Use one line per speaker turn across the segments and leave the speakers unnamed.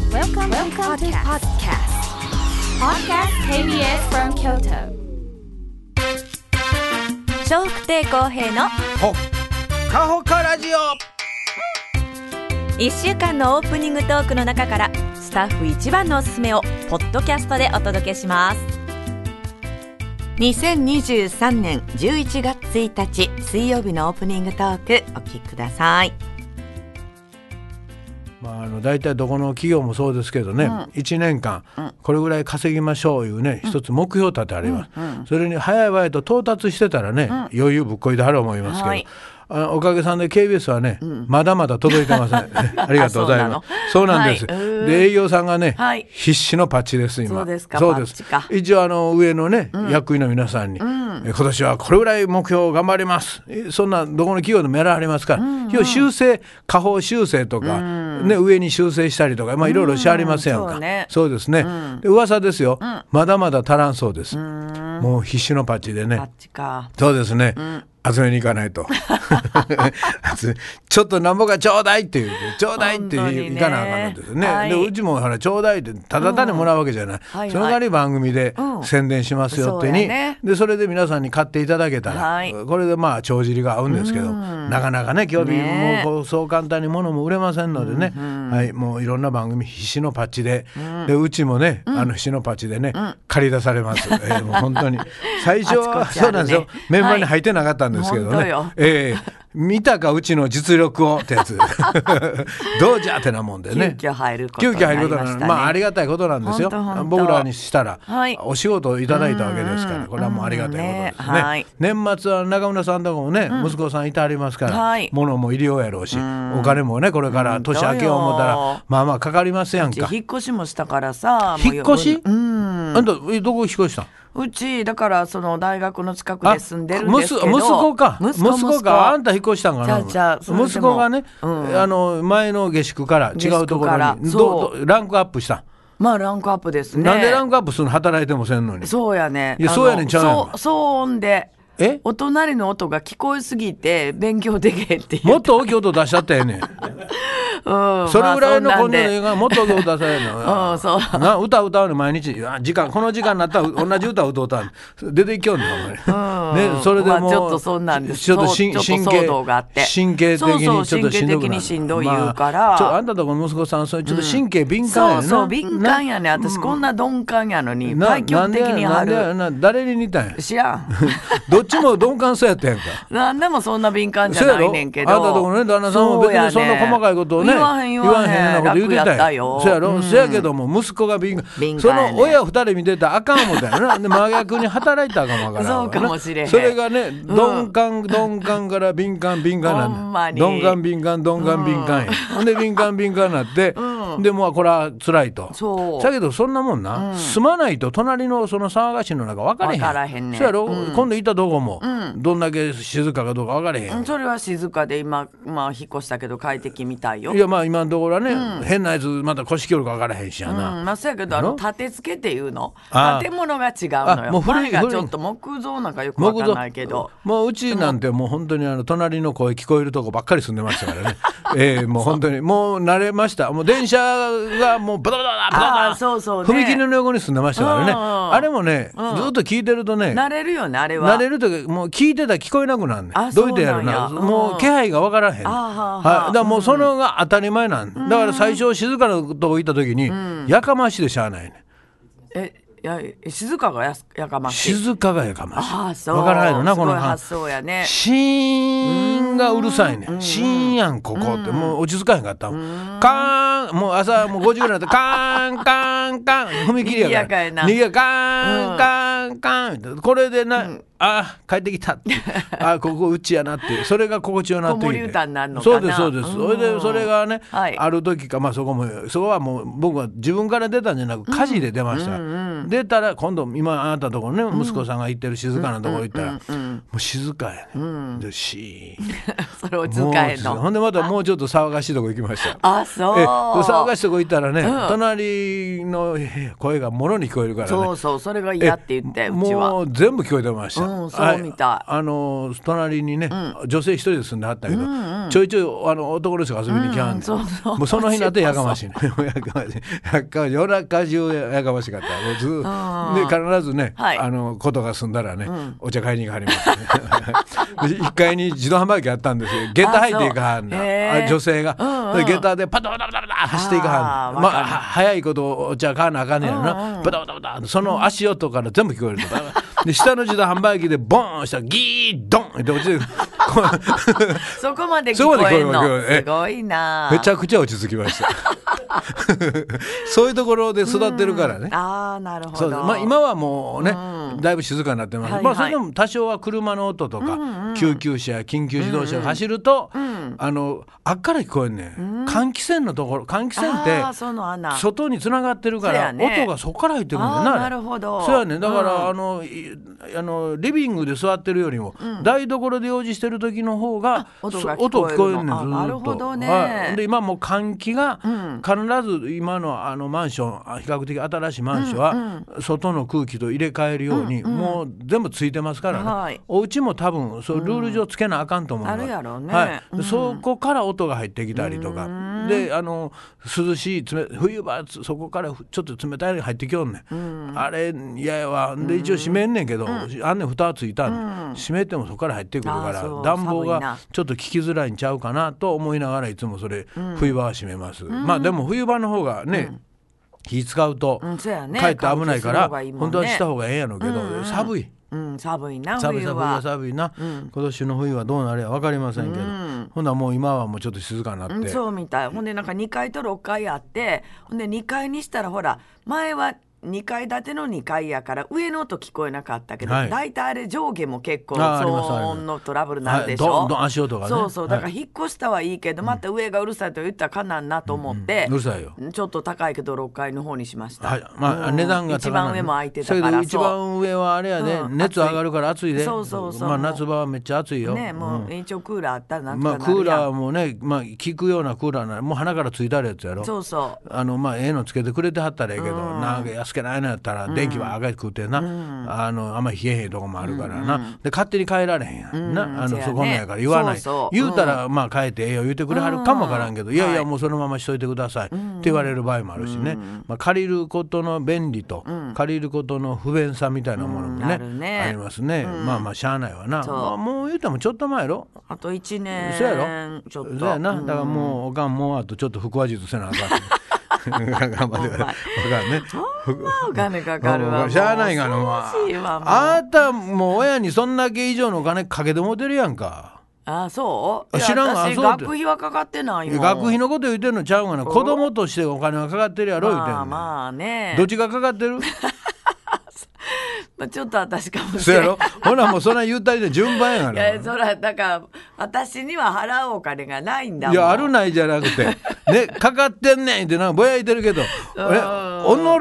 Welcome, to
Welcome to
podcast.
Podcast KBS from Kyoto.
笑福亭公平の
ほっかほかラジオ
1週間のオープニングトークの中からスタッフ一番のおすすめをポッドキャストでお届けします
2023年11月1日水曜日のオープニングトークお聞きください
まああの大体どこの企業もそうですけどね、1年間これぐらい稼ぎましょういうね一つ目標立てあります、それに早い早いと到達してたらね、余裕ぶっこいではる思いますけど、
はい
あおかげさんで KBS はね、まだまだ届い てませんありがとうございますそうなんです、
はいうん
で営業さんがね、
はい
必死のパッチです今
そうですか
そうです
パッチか
一応あの上のね、役員の皆さんに、え今年はこれぐらい目標を頑張りますえそんなどこの企業でもやられますから、要は修正下方修正とか、ね、上に修正したりとか、まあ、いろいろしありますやんか、
うんそうね
そうですね、で噂ですよ、まだまだ足らんそうです、もう必死のパッチでね
あっちか
そうですね、集めに行かな いと集めちょっとなんぼかちょうだいっていうちょうだいって
本当に
い
ね
行かなあかんのですよね、
はい
でうちもほらちょうだいってただ単にもらうわけじゃない、
はい
その代わり番組で
うん
宣伝しますよっ
そ
て
う
に、
やね
でそれで皆さんに買っていただけたら、
はい
これでまあ帳尻が合うんですけど、なかなかね今日日
ね
もこうそう簡単に物も売れませんのでね、はい、もういろんな番組必死のパッチで、うでうちもね、あの必死のパッチでね、借り出されます、えーもう本 当に最初
あ
は、
ちこちあ
そう
るね
なんですよメンバーに入ってなかったんですけどね、
はい本当よ
ええ見たかうちの実力をって やつどうじゃってなもんで
急
ね
遽入ること
急
にな
遽入
り
ること
まし
なの
た
まああ
ね
りがたいことなんですよ
本当本当
僕らにしたら、
はい
お仕事をいただいたわけですから、
うん
これはもうありがたいことですね,、
うんねはい
年末は中村さんとかもね、息子さんいてありますから、
はい
物も入りようやろうし、お金もねこれから年明けよう思った
本当
ら
よ
まあまあかかりますやんか
引っ越しもしたからさもう
引っ越し、
うん
あんたえどこ引っ越したん
うちだからその大学の近くで住んでるんですけど
あむす息子か
息子
があん
息
た引っ越したんかな
じゃあじゃあそれでも
息子がね、
うん
あの前の下宿から違うところ
下
に
宿から
ど
そう
どランクアップしたん、
まあランクアップですね
なんでランクアップするの働いてもせんのに
そうやね
いや
あの
そうやねんちゃうやんか
そう騒音で
え
お隣の音が聞こえすぎて勉強できへんっていう
もっと大きい音出しちゃったよねん
うん
それぐらいの
まあそ
根
んなん
性
で
の映画もっと大きい音出される の
うんそう
な歌歌うの毎日あ時間この時間になったら同じ歌歌うたん出ていきよんねんお前、ねそれでもう、
まあちょっとそんなんです
ちょっとしん
そうちょっ
神
と
経
騒動があって
神経的
そう
にち
そ
ょ
う
っとしんどくな
神経的
る
にしんどい言うから
まあちょあんたとこの息子さんそれちょっと神経敏感やな、
そうそう敏感やね私こんな鈍感やのに対極的に
な
張
んでや
る
な誰に似たんや
知らん
どっちも鈍感そうやったやんか
何でもそんな敏感じゃ
そうや
な
ろ
いねんけど
あんたとこのね旦那さんも別にそんな細かいことをね
言わへん言わへん
ようなこと言うて
楽やった
た
よ
よそうやろそやけども息子が敏
敏
感そ
感やね
の親二人見てたらあかん思ったよなで真逆に働いたらあかもわからんわな
そうかもしれへん
それがね鈍感鈍感から敏感敏感なんだよ
ほんまに
鈍感敏感鈍感敏感やほんで敏感敏感になってでもうこれは辛いと
そう
だけどそんなもんな住まないと隣のその騒がしいの中分かれへん
分からへんねん
そうやろ今度行ったとこもどんだけ静かかどうか分かれへんやん
うんそれは静かで今まあ引っ越したけど快適みたいよ
いやまあ今のところはね、変なやつまた腰折るか分からへんしや
うん、
な、
まあ、そうやけどあの
の
建て付けっていうの
ああ
建物が違うの
あ
よ
もう古い
前が
古い
ちょっと木造なんかよくわかんないけど
もううちなんてもう本当にあの隣の声聞こえるとこばっかり住んでましたからねええもう本当にもう慣れましたもう電車がもうバタバタバタバ
ああ
タ
そうそうね
踏切の横に住んでましたからね
うんうん
あれもね、ずっと聞いてるとね
慣れるよねあれは
慣れるときもう聞いてたら聞こえなくなんね
あ
んどういてやるな
そうなんや
も
うん
う気配が分からへんねん
あは
は
あ
い
はあ
だからもうそのが当たり前なんだから最初静かなとこ行った時にやかましいでしゃあないねん
えいや静かがやすやかましい
静かがやかましい。
ああそう
わからないのな、
す
こ
ごい
の
発想やね
シーンがうるさいねん。シーンやん、ここって。もう落ち着かへんかったもん。カーンもう朝もう5時ぐらいになって、カーン、カーン、カーン。踏切や
賑や
から。
かやな
逃げカーン、カーン、カーンって。これでな、あ、帰ってきたって。あ、ここうちやなって。それが心地よなってき
子
て。
守歌になるのかな
そうです、そうです。それで、それがね、
はい
ある時か、まあそこも、そこはもう僕は自分から出たんじゃなく、火事で出ました。出たら、今度、今あなたのところね、息子さんが行ってる静かなところ行ったら、もう静かやね。で、シーン。
それを使
もう
え
静か
の
ほんでまたもうちょっと騒がしいとこ行きました。
あそう
ええで騒がしいとこ行ったらね、隣の部屋声がもろに聞こえるからね。
そうそうそれが嫌って言って
え
うちは
もう全部聞こえてました、
うんそうみたい
あの隣にね、女性一人で住んではったけど、ちょいちょいあの男の人が遊びに来はんねん、
うんそうそう
もうその日になってやかましいねやかましいやかましい夜中中やかましかったもうず
あ
ーで必ずね、
はい
あのことが済んだらね、お茶買いに行かはります、ね、で1階 に自動販売機あったんですよ下駄履いていかはん
あそうへ
な
ー
あ女性が、
うんうん
で下駄でパタパタパタパタ走っていかはんね
あー
ん
わ
まあ
かる
は早いことお茶買わなあかんねやろな、バタバタバタその足音から全部聞こえるの で下の自動販売機でボーンしたらギードンって落ちてくる こう
そこまで聞こえる
そこまで聞こえ
の
るええ
すごいな
めちゃくちゃ落ち着きました そういうところで育ってるからね
あーなるほ
そう
ど
ですまあ、今はもうね、だいぶ静かになってます、
はい
まあ、
は
そ
い
れでも多少は車の音とか、救急車や緊急自動車が走ると、あのあっから聞こえんね、ん、換気扇のところ換気扇って
あーその穴
外につながってるか
そう
ら、
やね
音がそこから入ってくるんだよ
あ
な
ー
あれ
なるほど
そうやねだから、
うん
あのいあのリビングで座ってるよりも、台所で用事してる時の方が
音
そ
が
音
聞こえるのあ
聞こえるねんずーっと
なるほどね
はい、で今もう換気が、必ず今のあのマンションあ比較的新しいマンションは、外の空気と入れ替えるように、もう全部ついてますからね、
はい
お家も多分そうルール上つけなあかんと思うの
あるやろね
はいで
うん
そこから音が入ってきたりとか、であの涼しい冷冬場つそこからふちょっと冷たいのが入ってきよんね、ん、あれ嫌やわで一応閉めんねんけど、あんねん蓋ついたん、閉めてもそこから入ってくるか
あー
ら
そう
暖房
寒いな
がちょっと聞きづらいんちゃうかなと思いながらいつもそれ、冬場は閉めます、まあでも冬場の方がね、火使うと、
うんそうやね
かえって危ないか
換気する方
ら
がいいもんね
本当はした方がええんやろうけど、寒い。
うん寒いな
寒い
冬
寒い
は
寒いな、今年の冬はどうなるや分かりませんけど、ほんならもう今はもうちょっと静かになって、
うんそうみたいほんでなんか2階と6階あってほんで2階にしたらほら前は2階建ての2階やから上の音聞こえなかったけど、
はい
大体あれ上下も結構
あーあ
騒
りますあります
音のトラブルなんでしょ、
はいどんどん足音がね
そうそうだから
は
引っ越したはいいけど、また上がうるさいと言ったらかなんなと思って、
うんうるさいよ
ちょっと高いけど6階の方にしました、
はい、まあ値段が
一
高
番
ない
上も空いて
そ
た
れ
か
で
ら
一番上はあれやね、
うん
熱上がるから暑いで
そうそうそう
まあ夏場はめっちゃ暑い
そ
よ、
うねもう一応クーラーあったらな
うんん
とか
ま
な
あ
る
ク
やん、
ーラーもねまあ効くようなクーラーならもう鼻からついたるやつやろ
そうそう
あのまあええのつけてくれてはったらええけど、なんか安けないのやったら電気は赤い食うてな、あのあんまり冷えへんとこもあるからな、で勝手に帰られへんやんな、あ
そう
の
やね
そこのやから言わない
そうそう
言うたら、まあ帰ってええよ言うてくれはるかもわからんけど、いやいやもうそのまましといてください、って言われる場合もあるしね、まあ、借りることの便利と、借りることの不便さみたいなものも
うんあ
ね,、
るね
ありますね、まあまあしゃあないわな、
そう
まあ、もう言うてもちょっと前やろ
あと1年
そうやろ
ちょっと
そうやなだからもうおかんもうあとちょっと腹話術せなあ かん頑張ってくださいおかんね
お金かかるわ
しゃあないがな
もう
まあ
恐ろしいわもう
あんたもう親にそんだけ以上のお金かけてもうてるやんか
あそう
あ
いや
知らんあ
私
そう
学費はかかってないもん
学費のこと言うてんのちゃうがな子供としてお金はかかってるやろ言うてん
まあ
の、
まあね
どっちがかかっ てる
まあちょっと私かもし
そう
れな
や
い
ろほらもうそんな言うたりで順番やが
い
な
やそらだから私には払うお金がないんだもん
いやあるないじゃなく てねかかってんねんってなんかぼやいてるけど俺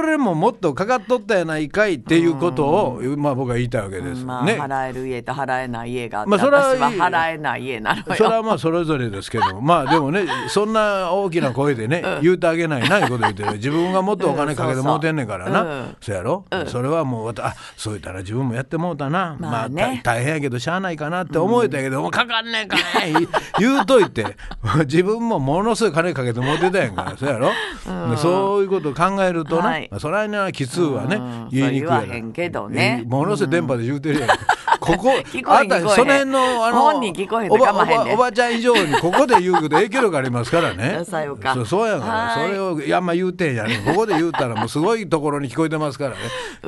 己ももっとかかっとったやないかいっていうことをまあ僕は言いたいわけです、
まあ、
ね
払える家と払えない家があって、
まあそれは
私は払えない家なの
それは
よ
まあそれぞれです けどまあでもねそんな大きな声でね、言うてあげないないこと言うてる自分がもっとお金かけてもうてんねんからな、
うんそうそううん
そやろ、それはもうわたあそう言ったら自分もやってもうたな、
まあね
た大変やけどしゃあないかなって思えたけど、もうかかんねんかね言うといて自分もものすごい金かけてもうてたやんからそやろ、でそういうことを考えるとな、
はい
まあそらにはきつうはね、
うん
言いにくい
そう言わへんけどね
いものすごい電波で言うてる やん、ここ
聞こえへん
あんた
聞こえへん
その辺のあの
本人聞こえへんと
おば
構へんで
おばおばおばちゃん以上にここで言うこと影響力ありますか らね
さようか
そそうやから
はい
それをいやあんま言うてんやねここで言うたらもうすごいところに聞こえてますからね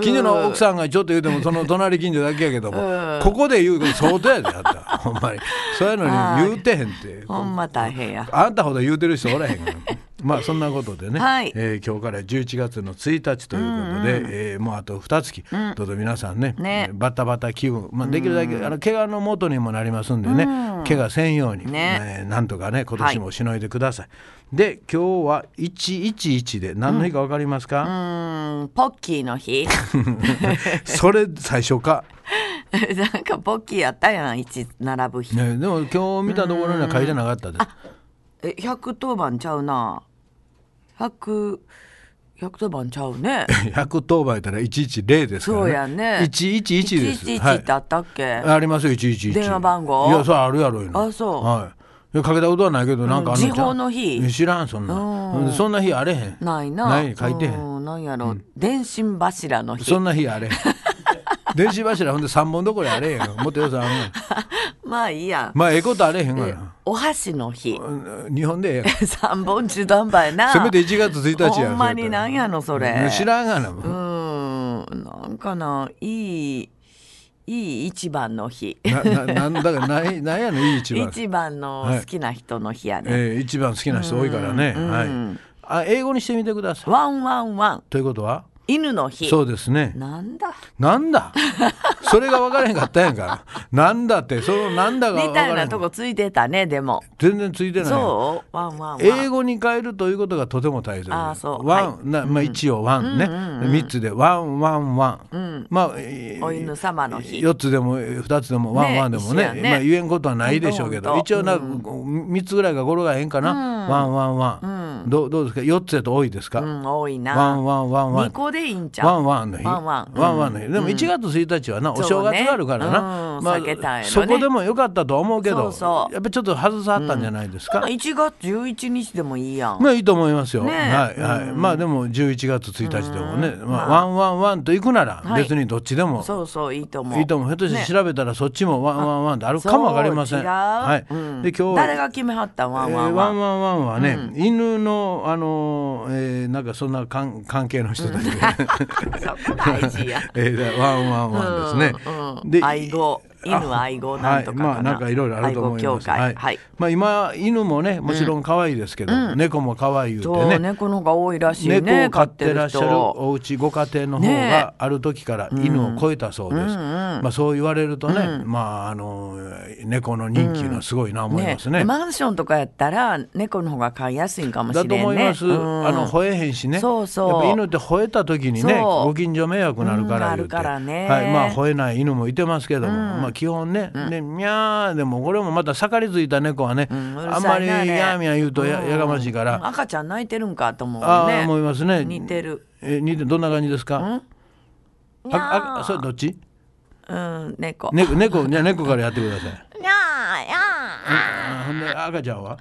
近所の奥さんがちょっと言うてもその隣近所だけやけどもここで言うこと相当やであったらほんまにそういうのに言うてへんって
ほんま大変や
あんたほど言うてる人おらへんからまあそんなことでね、
はい
えー今日から11月の1日ということで、えーもうあと2月、どうぞ皆さんね
ね
えーバタバタ気分、まあ、できるだけ、あの怪我の元にもなりますんでね、怪我せんように、
ね
えーなんとかね今年もしのいでください。で今日は111で何の日か分かりますか、
うんポッキーの日
それ最初か、
なんかポッキーやったやん一並ぶ日、
ね、でも今日見たところには書いてなかったです。
え百1番ちゃうな百百1番ちゃうね
110番やったら110ですからね。
そうやね
111です。
111
はい
ってあったっけ、
ありますよ、111。
電話番号
いや、それあるやろいな
あそう
はいやかけたことはないけどなんかあんのちゃう
時報の日
え知らんそんな
うん
んそんな日あれへん
ないな。
ない書いてへん
うんなんやろ、電信柱の日
そ。んな日 あれへん電子柱ほんで3本どころやあれへんよもっとよさあんねん
まあいいやん。
まあええことあれへんがな
お箸の日。
うん日本でええやん
三本中断ばやな。
せめて1月1日や
ほんまになんやのそれ。
知らんがな
うーん、なんかないいいい一番の日。
なななんだからないなんやのいい一番
一番の好きな人の日やね。
ええ一番好きな人多いからねはいあ英語にしてみてください
ワンワンワン
ということは
犬の日。
そうですね
なんだ。
なんだそれが分からへんかったやんかなんだってそのなんだが分
み
か
たい
らへ
なんとこついてたねでも。
全然ついてない
そうワンワンワン。
英語に変えるということがとても大切です
あーそう
ワン、なまあ一応ワンね、三つでワンワンワン。まあえー
お犬様の日。
四つでもえー二つでもワンワンでも
ね一緒
ね
やね
まあ言えんことはないでしょうけ
ほ
ど
んと
一
ほ
応
ん
な
と
三つぐらいが語呂がええんかな、ワンワンワン、どうどうですか四つやと多いですか、
うん多いな。
ワンワンワンワ
二
ン
個でいいんちゃう。
ワンワンの日
ワンワンうん
ワンワンの日でも1月1日はな、お正月があるからな、
そうねうん避けたんやろね
そこでもよかったとは思うけど
そうそう
やっぱりちょっと外さはったんじゃないですか、
一月十一日でもいいやん。
まあいいと思いますよ。
ねえ
はいはい。まあでも11月1日でもね、まあワンワンワンと行くなら
はい
別にどっちでも
そうそういいと思う。
いいと思う。ひょっとして調べたらそっちもワンワンワンってあるかもわかりませ
そう
ん。
違う
はい。
うん
で今日
誰が決めはったんワ
え
ン
ー
ワン
ワ
ワ
ン
ン。
ワンワンはね、犬のあのーえーなんかそんなかん関係の人たちで、
そこ大事 や。
えーだワンワンワンですね。
うんうん
で
愛護犬愛護なんとかかな。
はい、まあなんかいろいろあると思い
愛護
ま
協
す。は
会
い。
はい。
まあ今犬もねもちろん可愛いですけど、猫も可愛い言うて
そう
ね。
猫の方が多いらしいね。
猫を飼ってらっしゃる
人
お家ご家庭の方
ねえ
がある時から犬を超えたそうです、まあ、そう言われるとね、まああの猫の人気がすごいな思いますね。
マンションとかやったら猫の方が飼いやすいんかもしれ
だ
んね。
と思います、
うん
あの吠えへんしね
そうそう
やっぱ犬って吠えた時にね
そう
ご近所迷惑になるから言うて、
うんなるからね
はい、まあ吠えない犬もいてますけども、まあ基本ね、ねミャーでもこれもまた盛りついた猫はね、
んうる
あん
さ
ま
い
り
なあれ
やーみや言うとや,、やがましいから、
うん赤ちゃん泣いてるんかと思うね
ああ思いますね
似てる
え似てどんな感じですか
にゃ
ああそれどっち
うん猫
猫猫じゃあ猫からやってください。
にゃーにゃ
あほんで赤ちゃんは？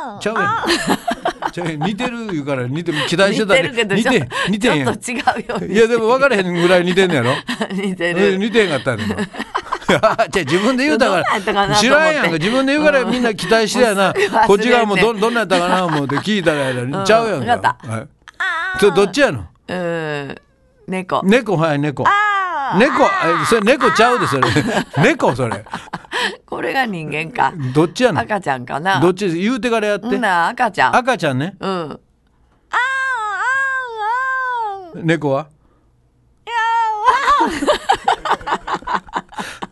あちゃうやん。 ちゃうやん似てる言うから似てる期待して
似
た
て
ね
るけど
似
ちょ
て似てんやん。
ちょっと違うように
いやでも分からへんぐらい似てんのや ろ。
似て
え
る
似てんかったね。じ ゃあ自分で言うたか
どんなんやったからなと思って
知らんやんか自分で言うからみんな期待してやな
もう すぐ忘れて
こっち側もどどんなんやったかな思って聞いたらやらちゃうやんか
わか
はいそれどっちやの
うん猫
猫はい猫猫えそれ猫ちゃうで それ猫それ
これが人間か
どっちやの
赤ちゃんかな
どっちです言うてからやって
ほんなら赤ちゃん
赤ちゃんね
うん
猫は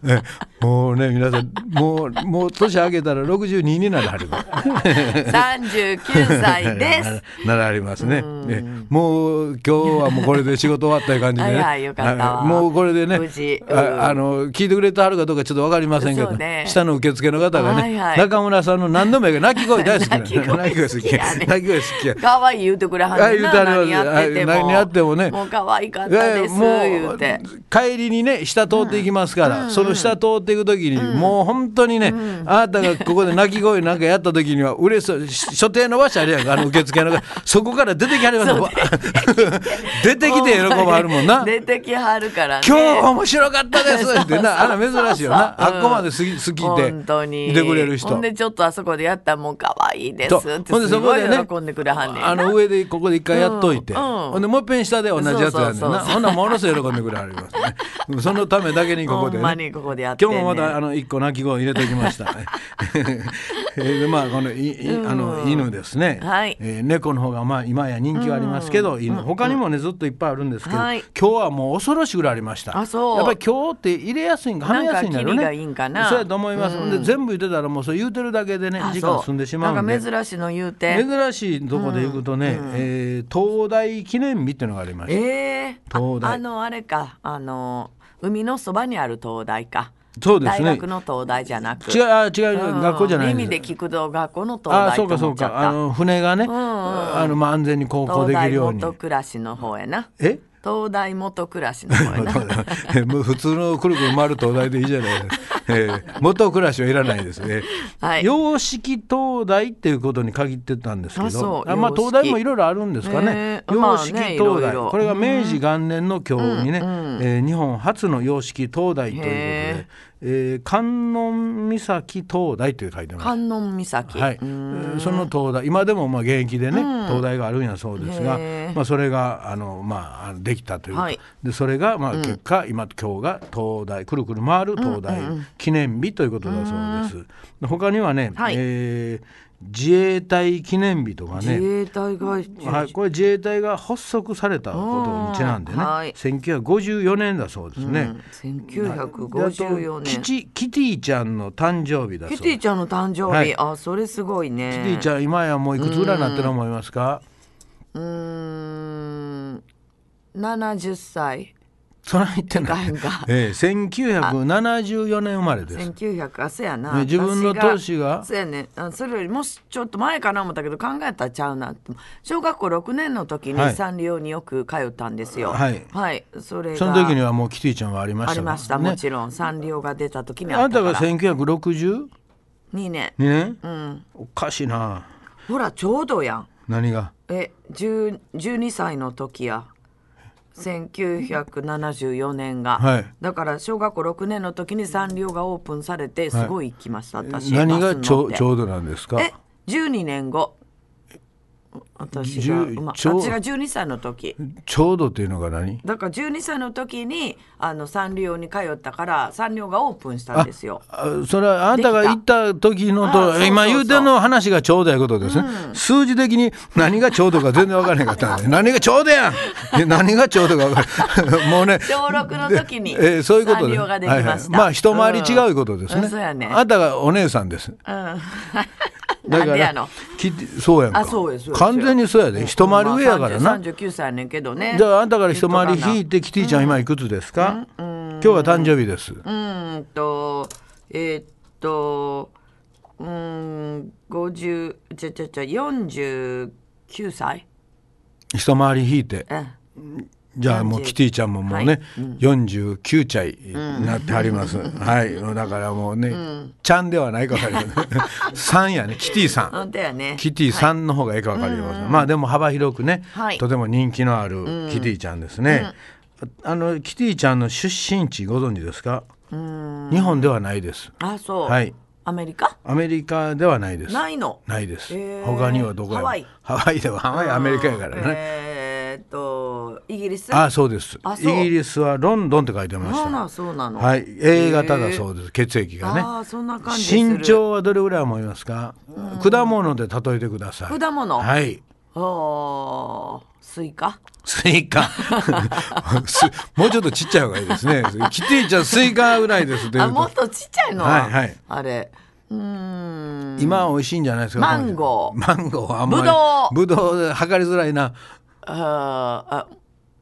えもうね皆さんもうもう年明けたら62になるはる
39歳です
ならありますね。ねもう今日はもうこれで仕事終わったいう 感じで、ね。
はいはいよかったわ
はいもうこれでね、
無事うん
ああの聞いてくれてはるかどうかちょっとわかりませんけど、
そうね
下の受付の方がね、
はいはい
中村さんの何度も言うけど泣き声大好きなんで
泣き声好きやね
泣き声好きや。
可愛い言うてくれはん
あ
ねん
言うて
な
あります
何やってても
あ何やってもね
もう可愛かったです言うて
帰りにね下通っていきますから、その下通っていく時に、もう本当にね、あなたがここで泣き声なんかやった時には嬉しそうし所定伸ばしてあるやんかあの受付の 方そこから出てきはりますわ 出てきて喜ばはるもん な。
出てきはるからね
今日面白かった ですってな、あら珍しいよな。あっこまで好き、好きで、
本当に
いてくれる人。
ほんでちょっとあそこでやったらもう可愛いです
と
って
ほんですそこ
ごい
でね
喜んでくれはんねんな
あの上でここで一回やっといて、
うんうん
ほんでもう一遍下で同じやつやねん
そうそう
な
そう
ほんならものすごい喜んでくれはりますねうんそのためだけにここで、
ほんまにここでやってん
今
ねん
日もまたあの一個鳴き声入れてき ました、えーでまあこのいいあの犬ですね、
はい
えー猫の方がまあ今や人気はありますけど、犬他にもねずっといっぱいあるんですけど、
はい
今日はもう恐ろしぐらいありました
あそう
やっぱり今日って入れやすいんかはめやすいんだろう
な
ね
んか切りがいいんかな
そうやと思います、ほんで全部言ってたらもうそれ言うてるだけでね
あ
時間
そう
進んでしまうんで
なんか珍しいの言うて
珍しいとこで行くとね、えー東大記念日っていうのがありま
え
して
え
東
あ
大
あのあれかあの海のそばにある東大か
そうです
大
ね
学の東大じゃなく
違うあ違う、
うん
学校じゃないん
耳で
です
聞くと学校の東
あ
大
そ
と
うかそ
思
う
っちゃっ
かあ
た
の船がね、
ん
あのまあ安全に航
東
行でき
大
るように
元暮らしの方やな
え
東大元暮らしの方やな
もう普通のくるくる回る東大でいいじゃないえー元暮らしはいらないですね。
はい
様式東大っていうことに限ってたんですけ
あ
ど
そ、う
あまあ
様式
東大もいろいろあるんですかね
ね。えま
様
あね
式東
いろい
大、
ろ
これが明治元年の今日にね、えー日本初の様式東大ということで
へ、
えー観音岬東大という書いてます。
観音岬、
はい、え
うん
ーその東大今でもまあ現役でね、東大があるんやそうですが
へ、ー
まあ、それがあの、まああの、できたというか、
はい
でそれがまあ結果、今今日が東大くるくる回る東大記念日ということだそうです。で他にはね、
はい
えー自衛隊記念日とか
自
ね。
衛隊が、
はい、これ自衛隊が発足されたことにちなんでね、
うんはい
1954年だそうですね。
1954
であとキ
年キ
チキティちゃんの誕生日だそうです
ティちゃんの誕生日、
はい
あそれすごいね
キティちゃん今やもういくつぐらいになってると思いますか、
うーん70歳
そら言って
が
ない。
が
ええ、1974年生まれです。
1900あそうやな、
ね自分の
私が
投資が
そうやねあそれよりもしちょっと前かな思ったけど考えたらちゃうなって小学校6年の時
はい
にサンリオによく通ったんですよ
はい
それが
その時にはもうキティちゃんはあり
あ
ました
り
から
ました、もちろんサンリオが出た時にあ
あ
っ
んた
たか
が
ら
1962
2年
年、おかしいな。
ほらちょうどやん
何が
え10 12歳の時や1974年が、
はい
だから小学校6年の時にサンリオがオープンされてすごい行きました、私
何が
バス
ち
乗っ
ょ
て
ちょうどなんですか
え12年後私が、
10
まあ、
ちょう
私が12歳の時
ちょうどっていうのが何
だから12歳の時にあのサンリオに通ったからサンリオがオープンしたんですよ
あそれはあんたが行った時の
できたあそう
と
そう
今言うてんの話がちょうどやことですね、数字的に何がちょうどか全然分からへんかった んで何がちょうどやんいや何がちょうどか分からへんもうね
小六の時に
えーそういうこと
サン
で
リ
す
オができました、
はいはいまあ一回り違ういうことですね,、
うんそうやね
あんたがお姉さん です
うん
だ
なん
か
でや
ら
の
きそうやんか
あそうですそうです
完全にそうやで一回り上やからな
三十九歳やねんけどね。
じゃああんたから一回り引い
て。
てキティちゃん今いくつですか、今日は誕生日です、
うーんとえーっとうーん五十じゃじゃじゃ四十九歳。
一回り引いて
うん
じゃあもう
40
キティちゃんももうね、49歳になってはり ます、はいだからもうね、ちゃんではないか分かりま せん3やねキティさん
本当やね。
キティさんの方がいいか分かります、まあでも幅広くね、
はい
とても人気のあるキティちゃんですね、あのキティちゃんの出身地ご存知ですか日本ではないです
あそう。
はい
アメリカ？
アメリカではないです
ないの。
ないです、
へー
他にはどこや
ハワイ
ハワイではハワイアメリカやからね、
えーっとイギリス？
あそうです
あそう
イギリスはロンドンって書いてまし
そう
た
なんそうなの。
はい A 型だ
う。
そうです血液がね
ああそんな感じする。
身。長はどれぐらい思いますか果物で例えてください
果物
はい
おスイカ？
スイカ すもうちょっとちっちゃい方がいいですねキティちゃんスイカぐらいですとい
あ
う
も
と
っとちっちゃいの。
はいはい
あれ。うーん。
今は美味しいんじゃないですか
マンゴー
この人マンゴーはあんまりぶ
ぶ
どうで測りづらいな
あーあ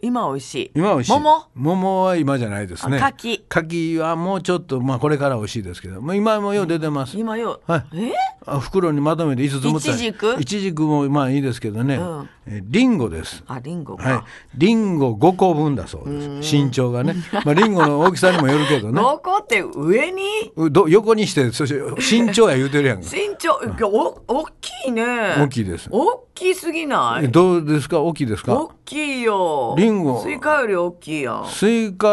今美味しい。
今は美味しい
桃
は今じゃないですね
あ柿
柿はもうちょっとまあこれから美味しいですけどもう今もよう出てます
今よ。
はい
え
あ袋にまとめて5つも
いちじく
いちじくもまあいいですけどね、
ん
えリンゴです
あリンゴ
はい
か。、
リンゴ5個分だそうです身長がね、まあ、リンゴの大きさにもよるけ どね
濃厚って上に
うど横にしてそして身長や言うてる やんか
身長お大きいね。
大きいです
大きすぎない。
どうですか大きいですか
大きいよ。
リンゴ
スイカより大きいやん。
スイカ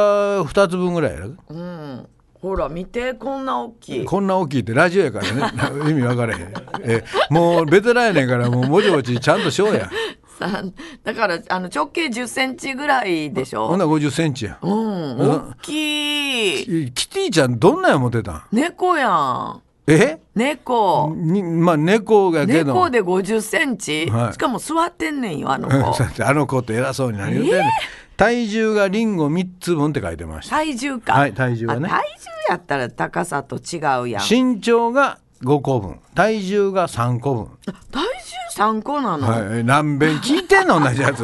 2つ分ぐらいやろ
うん。ほら見てこんな大きい。
こんな大きいってラジオやからね 意味分からへんえもうベテランやねんからもうもちもちちゃんとし ようや
さだからあの直径10センチぐらいでし
ほん
ょ。
なら5 0ンチや
うん。大きい。
キティちゃんどんなんや持てたん
猫やん。
え
猫。
にまあ猫がけど
猫で50センチ、
はい
しかも座ってんねんよあの
うん
子
そうやってあの子って偉そうに何言うてんねん体重がリンゴ3つ分って書いてました
体重か、
はい体重はね
あ体重やったら高さと違うやん
身長が5個分体重が3個分。
体重参考なの、
はい、何遍聞いてんの同じや つ。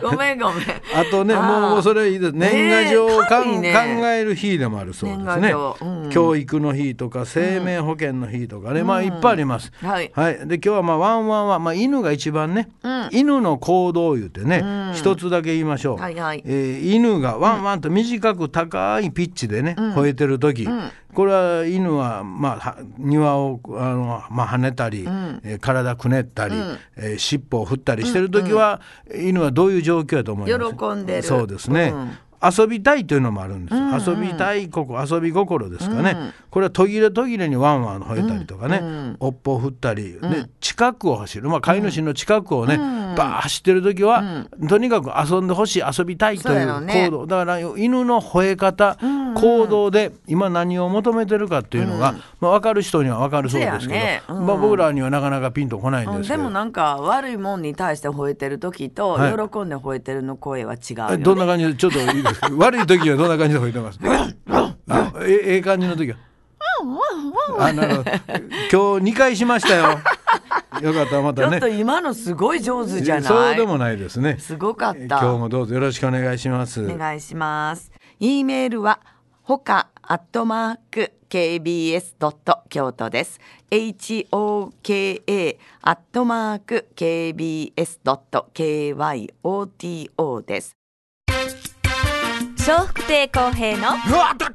ごめんごめん
あとね
あー
もうそれいいです
ね
年賀状をかん、
神ね
考える日でもあるそうです
年賀
ね
状、うん
教育の日とか生命保険の日とかね、まあいっぱいあります、
はい
で今日はまあワンワンは、まあ、犬が一番ね、犬の行動を言ってね一、つだけ言いましょう、
はいはい
えー犬がワンワンと短く高いピッチでね、吠えてる時、これは犬は、まあ、は庭をあの、まあ、跳ねたり、えー体くねったり、えー尻尾を振ったりしてる時は、犬はどういう状況やと思います
喜んでる
そうですね、
うん
遊びたいというのもあるんですよ、遊びたいここ遊び心ですかね、これは途切れ途切れにワンワン吠えたりとかね、尾っぽを振ったり、で近くを走る、まあ、飼い主の近くをね、バーッ走ってる時は、とにかく遊んでほしい遊びたいと
そう
い
や
う
ろね
行動、だから犬の吠え方、行動で今何を求めてるかっていうのが、まあ、分かる人には分かるそうですけど、
そうやねうん
まあ、僕らにはなかなかピンとこないん
うん
ですけ
で
ど、
もなんか悪いもんに対して吠えてる時と
はい
喜んで吠えてるの声は違うよね、
えどんな感じでちょっといいですか悪い時はどんな感じで吠えて ますあえええ感じの時はあなるほど今日2回しましたよよかったらま
ちょ
た
っ
ね
と今のすごい上手じゃない
そうでもないですね
すごかった
今 日もどうぞよろしくお願いします
お願いします。e メールはほかアットマーク kbs ドット京都です。h o k a アットマーク kbs ドット k y o t o です。
笑福亭公平の
うわだ